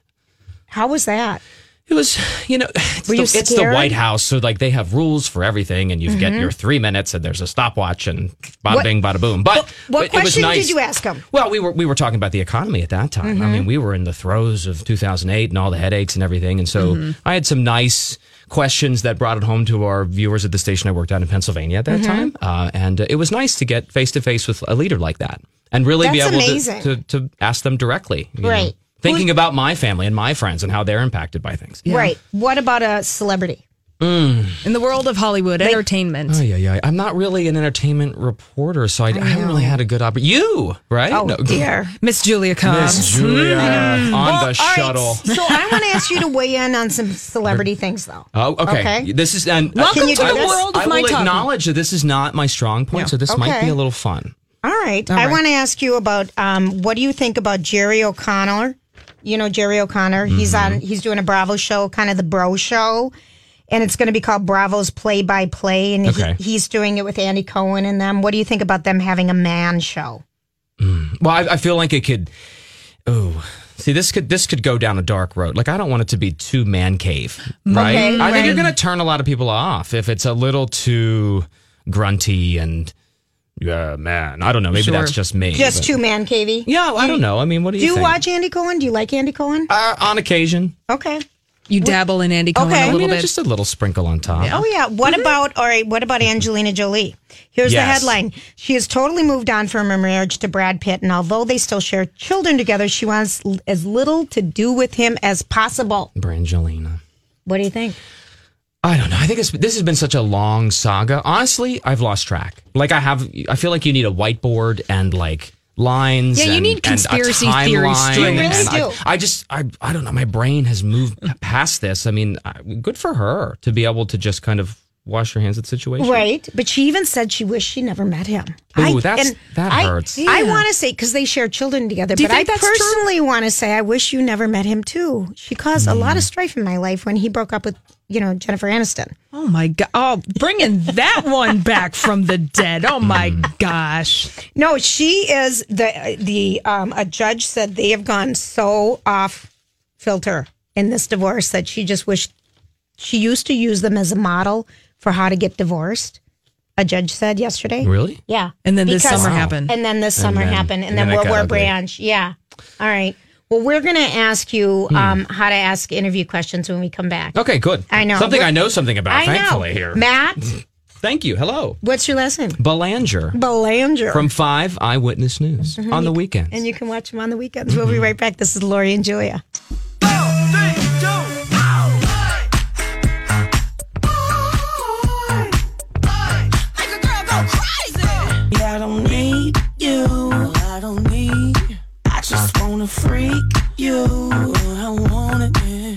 S4: How was that?
S8: It was, you know, it's,
S4: Were
S8: the,
S4: you
S8: it's the
S4: scared?
S8: White House, so like they have rules for everything, and you have get
S4: Mhm.
S8: your three minutes, and there's a stopwatch, and bada
S4: What-
S8: bing, bada boom. But
S4: What
S8: but it was
S4: question
S8: nice.
S4: did you ask him?
S8: Well, we were we were talking about the economy at that time. I
S4: Mhm.
S8: mean, we were in the throes of 2008 and all the headaches and everything. And so
S4: Mhm.
S8: I had some nice questions that brought it home to our viewers at the station I worked out in Pennsylvania at that
S4: Mhm.
S8: time. Uh, and uh, it was nice to get face to face with a leader like that and really be
S4: That's
S8: able
S4: amazing.
S8: to, to to ask them directly. you know,
S4: Right.
S8: Thinking about my family and my friends and how they're impacted by things.
S4: Right. What about a celebrity?
S5: in the world of Hollywood entertainment.
S8: Oh yeah, yeah. I'm not really an entertainment reporter, so I, I, haven't really had a good opportunity. You, right?
S5: Oh, dear. Miss Julia Cobbs.
S8: Miss
S4: Um,
S8: Julia
S5: Mm.
S4: hmm.
S8: on
S5: Well,
S8: the shuttle.
S4: So I want to ask you to weigh in on some celebrity things, though.
S8: Oh, okay. This is and uh,
S4: Welcome
S8: I-
S4: to
S8: I
S4: the
S8: will-
S4: world of
S8: I will
S4: my talking.
S8: acknowledge that this is not my strong point,
S4: No.
S8: so this might
S4: Okay.
S8: be a little fun.
S4: All right.
S8: All
S4: I
S8: right.
S4: want to ask you about um, what do you think about Jerry O'Connor? You know Jerry O'Connor. He's
S8: Mm-hmm.
S4: on. He's doing a Bravo show, kind of the Bro show, and it's going to be called Bravo's Play by Play. And
S8: Okay.
S4: he, he's doing it with Andy Cohen and them. What do you think about them having a man show?
S8: Well, I, I feel like it could. Oh, see, this could this could go down a dark road. Like I don't want it to be too man cave, right?
S4: Mm-hmm. Okay,
S8: I think you're
S4: right.
S8: going to turn a lot of people off if it's a little too grunty and yeah, man. I don't know. Maybe
S4: Sure.
S8: that's just me.
S4: Just
S8: but-
S4: two man cavey.
S8: Yeah, I don't know. I mean, what do
S4: Do
S8: you
S4: you
S8: think?
S4: watch Andy Cohen? Do you like Andy Cohen?
S8: Uh, on occasion,
S4: Okay.
S5: You dabble in Andy
S4: Cohen a
S8: I
S4: little
S8: mean,
S4: bit.
S8: just a little sprinkle on top.
S4: Oh yeah. What about all right? What about Angelina Jolie? Here's the
S8: Yes.
S4: headline: She has totally moved on from her marriage to Brad Pitt, and although they still share children together, she wants l- as little to do with him as possible.
S8: Brangelina.
S4: What do you think?
S8: I don't know. I think it's, this has been such a long saga. Honestly, I've lost track. Like I have, I feel like you need a whiteboard and like lines.
S5: Yeah, you
S8: and-
S5: need
S8: and a
S5: conspiracy theories
S8: timeline,
S5: straight. You really
S8: and I-
S5: do.
S8: I, just, I, I don't know. My brain has moved past this. I mean, I, good for her to be able to just kind of wash her hands of the situation.
S4: Right, but she even said she wished she never met him.
S8: Ooh, that's- that
S4: I-
S8: hurts.
S4: I
S8: Yeah.
S4: want to say because they share children together,
S5: Do you
S4: but I
S5: think that's true?
S4: personally want to say I wish you never met him too. She caused a lot of strife in my life when he broke up with you know Jennifer Aniston.
S5: Oh my god! Oh, bringing that one back from the dead. Oh my gosh!
S4: No, she is the the um, a judge said they have gone so off filter in this divorce that she just wished she used to use them as a model for how to get divorced. A judge said yesterday.
S8: Really?
S4: Yeah.
S5: And then this
S4: Because-
S5: summer Wow. happened.
S4: And then this
S5: And
S4: summer
S5: then-
S4: happened. And,
S5: and
S4: then,
S5: then it
S4: World
S5: got
S4: War
S5: ugly.
S4: Branch. Yeah. All right. Well, we're going to ask you um, how to ask interview questions when we come back.
S8: Okay, good.
S4: I know.
S8: Something
S4: We're-
S8: I know something about,
S4: I know.
S8: thankfully, here.
S4: Matt,
S8: Thank you. Hello.
S4: what's your last name?
S8: Belanger.
S4: Belanger.
S8: From 5 Eyewitness News
S4: Mhm.
S8: on the
S4: You-
S8: weekend.
S4: And you can watch them on the weekends. We'll be right back. This is Lori and Julia.
S12: Yeah, I don't need you. I don't need. I just wanna freak you. I wanna.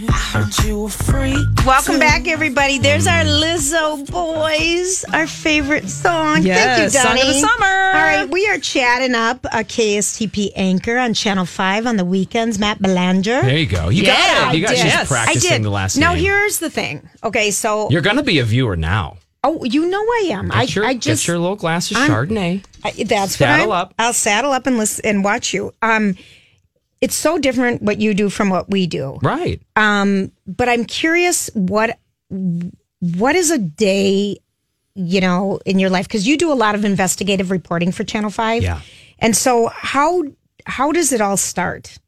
S12: I heard you a freak.
S4: Welcome back, everybody. There's our Lizzo Boys, our favorite song. Thank
S5: Yes, song
S4: you, Donnie.
S5: of the summer.
S4: All right, we are chatting up a KSTP anchor on Channel 5 on the weekends, Matt Belanger.
S8: There you go. You got it.
S4: I
S8: You got- she's
S4: did. I
S8: practicing
S4: did.
S8: the last
S4: Now,
S8: name.
S4: here's the thing. Okay, so,
S8: You're going to be a viewer now.
S4: oh, you know I am. I,
S8: Get your,
S4: I
S8: get
S4: just.
S8: your little glass of
S4: I'm-
S8: Chardonnay.
S4: I, that's
S8: Saddle
S4: what I'm,
S8: up.
S4: I'll saddle up and listen and watch you. Um, it's so different what you do from what we do.
S8: Right.
S4: Um, but I'm curious what what is a day, you know, in your life because you do a lot of investigative reporting for Channel Five.
S8: Yeah.
S4: And so how how does it all start?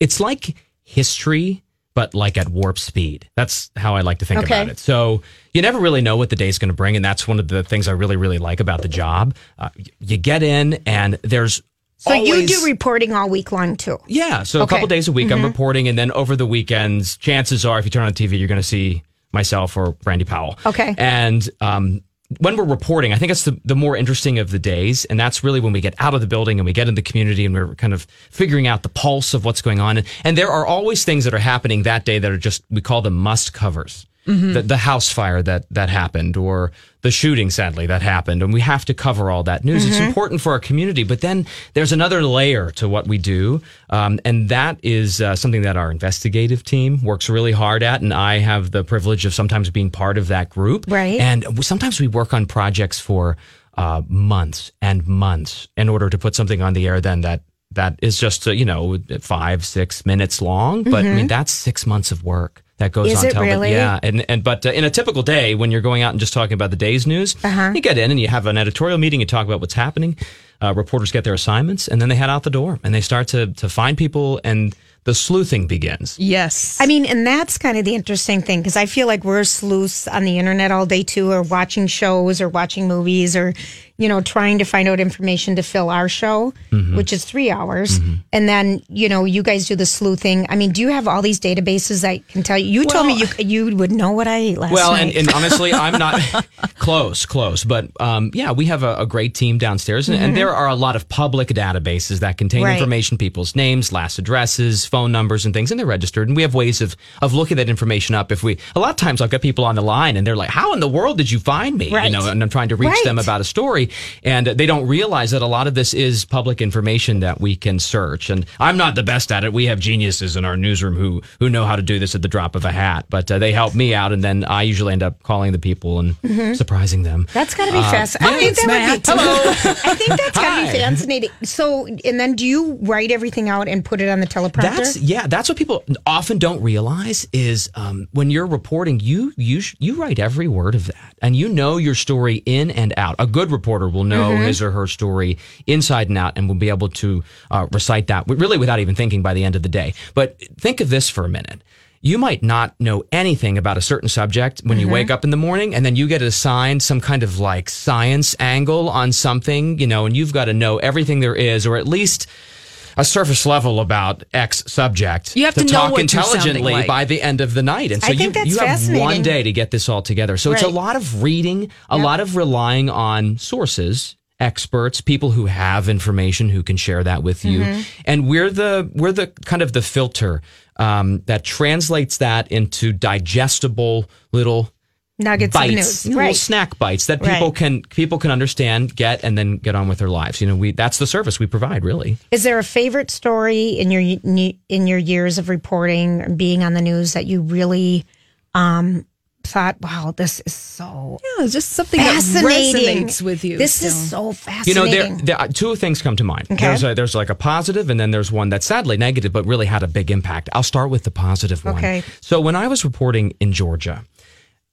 S8: It's like history, but like at warp speed. That's how I like to think
S4: Okay.
S8: about it. So you never really know what the day's going to bring. And that's one of the things I really, really like about the job. Uh, y- you get in and there's
S4: So you
S8: always-
S4: do Mm-hmm. reporting all week long too.
S8: Yeah. So a couple days a week, I'm reporting. And then over the weekends, chances are if you turn on TV, you're going to see myself or Brandy Powell.
S4: Okay.
S8: And um, when we're reporting, I think it's the, the more interesting of the days. And that's really when we get out of the building and we get in the community and we're kind of figuring out the pulse of what's going on. And, and there are always things that are happening that day that are just, we call them must covers.
S13: Mhm.
S8: The, the house fire that, that happened or the shooting, sadly, that happened. And we have to cover all that news. It's
S13: Mhm.
S8: important for our community. But then there's another layer to what we do. Um, and that is uh, something that our investigative team works really hard at. And I have the privilege of sometimes being part of that group.
S4: Right.
S8: And w- sometimes we work on projects for uh, months and months in order to put something on the air then that that is just, uh, you know, five, six minutes long. But I
S13: Mhm.
S8: mean, that's six months of work that goes
S13: Is
S8: on
S13: it
S8: television.
S13: really?
S8: Yeah. And, and but uh, in a typical day, when you're going out and just talking about the day's news,
S13: Uh-huh.
S8: you get in and you have an editorial meeting, you talk about what's happening. Uh, reporters get their assignments, and then they head out the door and they start to to find people, and the sleuthing begins.
S5: Yes.
S4: I mean, and that's kind of the interesting thing because I feel like we're sleuths on the internet all day too, or watching shows or watching movies or, you know, trying to find out information to fill our show,
S8: Mm-hmm.
S13: Mhm.
S4: which is three hours. And then, you know, you guys do the sleuthing. I mean, do you have all these databases I can tell you? You told me you you would know what I ate last
S8: well,
S4: night.
S8: and, and honestly, I'm not close, close, but um, yeah, we have a, a great team downstairs, and,
S4: Mhm.
S8: and there are a lot of public databases that contain
S4: Right.
S8: information, people's names, last addresses, phone numbers, and things, and they're registered, and we have ways of of looking that information up. If we, a lot of times, I've got people on the line, and they're like, "How in the world did you find me?"
S14: Right.
S8: You know, and I'm trying to reach them
S14: Right.
S8: about a story, and they don't realize that a lot of this is public information that we can search. And I'm not the best at it. We have geniuses in our newsroom who who know how to do this at the drop of a hat, but uh, they help me out, and then I usually end up calling the people and
S4: Mhm.
S8: surprising them.
S4: That's got to be
S8: Uh,
S4: fascinating. I think that
S8: thanks,
S4: would be.
S8: Matt. Hello.
S4: I think that's got to
S8: Hi.
S4: be fascinating. So, and then do you write everything out and put it on the teleprompter?
S8: That's yeah. That's what people often don't realize is um, when you're reporting, you you sh- you write every word of that, and you know your story in and out. A good reporter will know
S14: Mhm.
S8: his or her story inside and out, and will be able to uh, recite that wi- really without even thinking by the end of the day. But think of this for a minute. You might not know anything about a certain subject when you
S14: Mhm.
S8: wake up in the morning, and then you get assigned some kind of like science angle on something, you know, and you've got to know everything there is, or at least a surface level about X subject.
S14: You have to know
S8: talk
S14: what you're sounding
S8: intelligently
S14: like.
S8: by the end of the night, and
S14: I
S8: so you,
S14: think that's
S8: you have
S14: fascinating.
S8: one day to get this all together. So it's a
S14: Right.
S8: lot of reading, a
S14: Yep.
S8: lot of relying on sources, experts, people who have information who can share that with you,
S14: Mhm.
S8: and we're the we're the kind of the filter um, that translates that into digestible little
S4: Nuggets of
S8: bites,
S4: news.
S8: little
S4: Right.
S8: snack bites that people
S4: Right.
S8: can people can understand, get, and then get on with their lives. You know, we that's the service we provide, really.
S4: Is there a favorite story in your in your years of reporting and being on the news that you really um, thought, wow, this is so
S5: yeah, just something that resonates with you
S4: This
S5: still.
S4: is so
S8: You know,
S4: fascinating.
S8: there, there uh, two things come to mind.
S4: Okay.
S8: There's a, there's like a positive, and then there's one that's sadly negative, but really had a big impact. I'll start with the positive one.
S14: Okay.
S8: So when I was reporting in Georgia,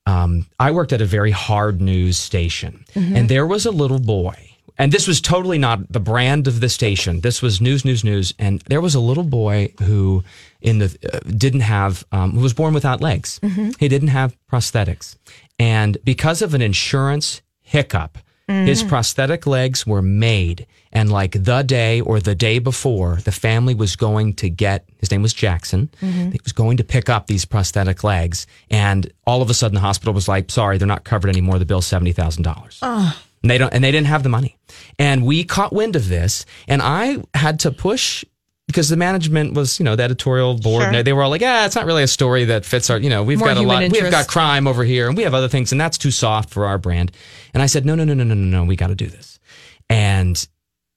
S8: um, I worked at a very hard news station,
S4: Mm-hmm.
S14: Mhm.
S8: and there was a little boy. And this was totally not the brand of the station. This was news, news, news. And there was a little boy who, in the uh, didn't have, um, who was born without legs.
S4: Mm-hmm.
S14: Mhm.
S8: He didn't have prosthetics, and because of an insurance hiccup, his
S14: Mm.
S8: prosthetic legs were made. And like the day or the day before, the family was going to get his name was Jackson.
S14: Mhm.
S8: He was going to pick up these prosthetic legs. And all of a sudden, the hospital was like, sorry, they're not covered anymore. The bill's $70,000.
S14: Oh.
S8: And they don't, and they didn't have the money. And we caught wind of this, and I had to push because the management was, you know, the editorial board.
S14: Sure.
S8: and They were all like, "Yeah, it's not really a story that fits our, you know, we've
S14: More
S8: got a
S14: human
S8: lot, we've got
S14: interest.
S8: crime over here, and we have other things, and that's too soft for our brand." And I said, "No, no, no, no, no, no, no, we got to do this." And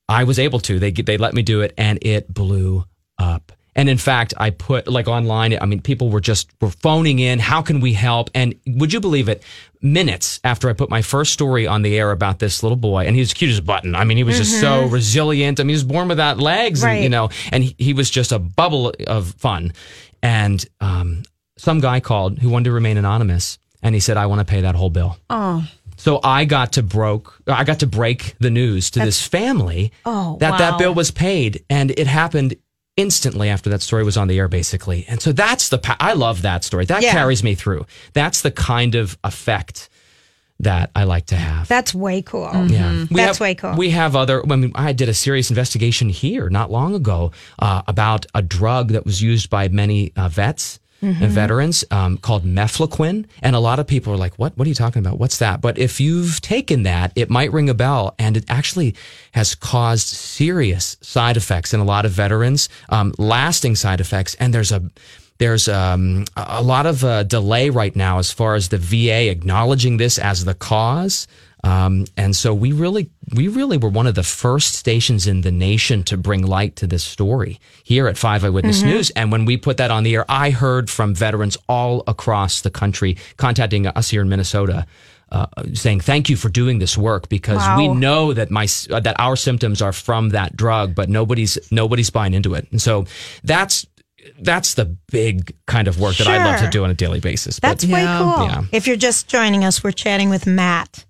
S8: I was able to. They they let me do it, and it blew up. And in fact, I put like online. I mean, people were just were phoning in. How can we help? And would you believe it? Minutes after I put my first story on the air about this little boy, and he was cute as a button. I mean, he was just so
S14: Mhm.
S8: resilient. I mean, he was born without legs, and, you
S14: Right.
S8: know, and he, he was just a bubble of fun. And um, some guy called who wanted to remain anonymous, and he said, "I want to pay that whole bill."
S5: Oh.
S8: So I got to broke. I got to break the news to this family
S5: Oh,
S8: that
S5: wow.
S8: that bill was paid, and it happened instantly after that story was on the air, basically. And so that's the. Pa- I love that story. That
S4: Yeah.
S8: carries me through. That's the kind of effect that I like to have.
S4: that's way cool.
S8: Mm. Yeah, We
S4: that's
S8: have,
S4: way cool.
S8: We have other. I mean, I did a serious investigation here not long ago uh, about a drug that was used by many uh, vets.
S14: Mhm.
S8: And veterans um, called mefloquine, and a lot of people are like, "What? What are you talking about? What's that?" But if you've taken that, it might ring a bell, and it actually has caused serious side effects in a lot of veterans, um, lasting side effects. And there's a there's um, a a lot of uh, delay right now as far as the VA acknowledging this as the cause. Um, and so we really, we really were one of the first stations in the nation to bring light to this story here at Five Eyewitness
S14: Mhm.
S8: News. And when we put that on the air, I heard from veterans all across the country contacting us here in Minnesota. Uh, saying thank you for doing this work because we
S14: Wow.
S8: know that my s- uh, that our symptoms are from that drug, but nobody's nobody's buying into it, and so that's that's the big kind of work that I love to
S4: Sure.
S8: do on a daily basis.
S4: That's way cool.
S8: Yeah.
S4: If you're just joining us, we're chatting with Matt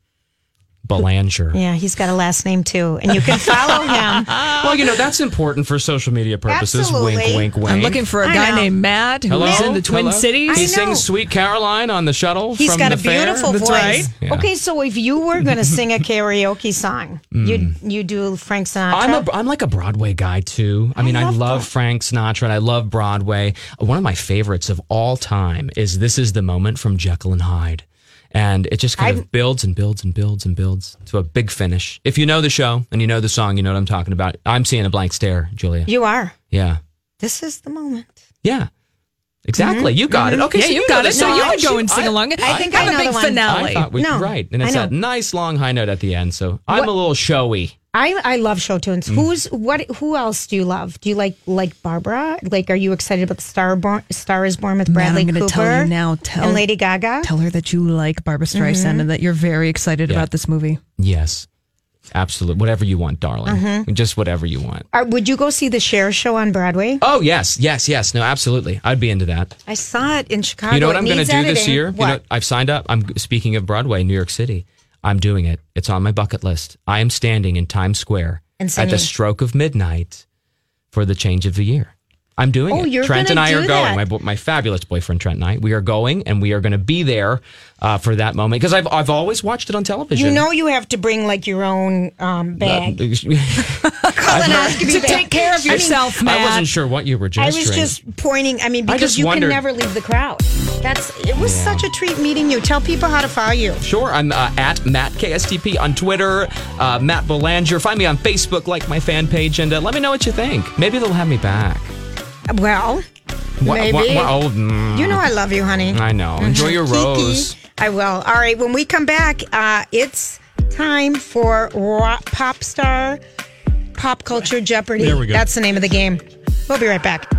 S8: Belanger.
S4: Yeah, he's got a last name too, and you can follow him.
S8: Well, you know, that's important for social media purposes.
S4: Absolutely.
S8: Wink, wink, wink.
S5: I'm looking for a
S4: I
S5: guy
S4: know.
S5: named Matt who's
S8: Hello?
S5: in the Twin
S8: Hello?
S5: Cities.
S8: He sings Sweet Caroline on the shuttle.
S4: He's
S8: from
S4: got
S8: the
S4: a beautiful
S8: fair.
S4: voice.
S8: Yeah.
S4: Okay, so if you were going to sing a karaoke song, you
S8: Mm.
S4: you do Frank Sinatra.
S8: I'm a I'm like a Broadway guy too. I mean, I love, Frank Sinatra and I love Broadway. One of my favorites of all time is "This Is the Moment" from Jekyll and Hyde, and it just kind of builds and builds and builds and builds to a big finish. If you know the show and you know the song, you know what I'm talking about. I'm seeing a blank stare, Julia.
S4: you are.
S8: yeah,
S4: This is the moment.
S8: yeah, exactly. You got
S5: Mhm.
S8: it. Okay,
S5: Yeah,
S8: so
S5: you
S8: you
S5: got
S8: know
S5: it.
S8: the
S5: So
S8: song.
S5: you
S8: I
S5: would go
S8: should-
S5: and sing along.
S4: I think
S5: Have
S4: I
S5: a
S4: know
S5: big
S4: the one.
S5: finale.
S8: I thought we,
S4: No,
S8: right, and
S4: I
S8: it's
S4: know.
S8: a nice long high note at the end. So I'm
S4: What-
S8: a little showy.
S4: I I love show tunes.
S8: Mm.
S4: Who's what? Who else do you love? Do you like like Barbara? Like, are you excited about the Star Born, Star is Born with
S5: Matt, I'm
S4: Bradley
S5: gonna
S4: Cooper?
S5: tell you now. Tell-
S4: and Lady Gaga.
S5: Tell her that you like Barbara Streisand
S4: Mhm.
S5: and that you're very excited
S8: Yeah.
S5: about this movie.
S8: Yes, absolutely. Whatever you want, darling.
S4: Mhm.
S8: Just whatever you want.
S4: Are, would you go see the Cher show on Broadway?
S8: Oh yes, yes, yes. No, absolutely. I'd be into that.
S4: I saw it in Chicago.
S8: you know what
S4: It
S8: I'm going to
S4: needs
S8: do this
S4: editing.
S8: year?
S4: What?
S8: You know, I've signed up. I'm speaking of Broadway, New York City. I'm doing it. It's on my bucket list. I am standing in Times Square
S4: And
S8: at
S4: singing.
S8: the stroke of midnight for the change of the year. I'm doing
S4: Oh,
S8: it.
S4: you're
S8: Trent and
S4: gonna
S8: I
S4: do
S8: are
S4: that.
S8: going. My, bo- my fabulous boyfriend Trent and I. We are going, and we are going to be there uh, for that moment because I've I've always watched it on television. Uh,
S4: you know you have to bring like your own um, bag.
S5: To take care of yourself,
S4: I mean,
S8: I wasn't sure what you were
S4: I
S8: gesturing.
S4: was just pointing. I mean,
S8: I
S4: because
S8: just
S4: you
S8: wondered-
S4: can never leave the crowd. That's it was
S8: Yeah.
S4: such a treat meeting you. Tell people how to follow you.
S8: Sure, I'm uh, at Matt KSTP on Twitter, uh, Matt Belanger. Find me on Facebook, like my fan page, and uh, let me know what you think. Maybe they'll have me back.
S4: Well,
S8: Wha-
S4: maybe.
S8: wha- wha- oh, mm.
S4: You know I love you, honey.
S8: I know. Enjoy your
S4: Mm-hmm. Kiki.
S8: rose.
S4: I will. All right. When we come back, uh, it's time for rock, pop star, pop culture Jeopardy.
S3: There we go.
S4: That's the name of the game. We'll be right back.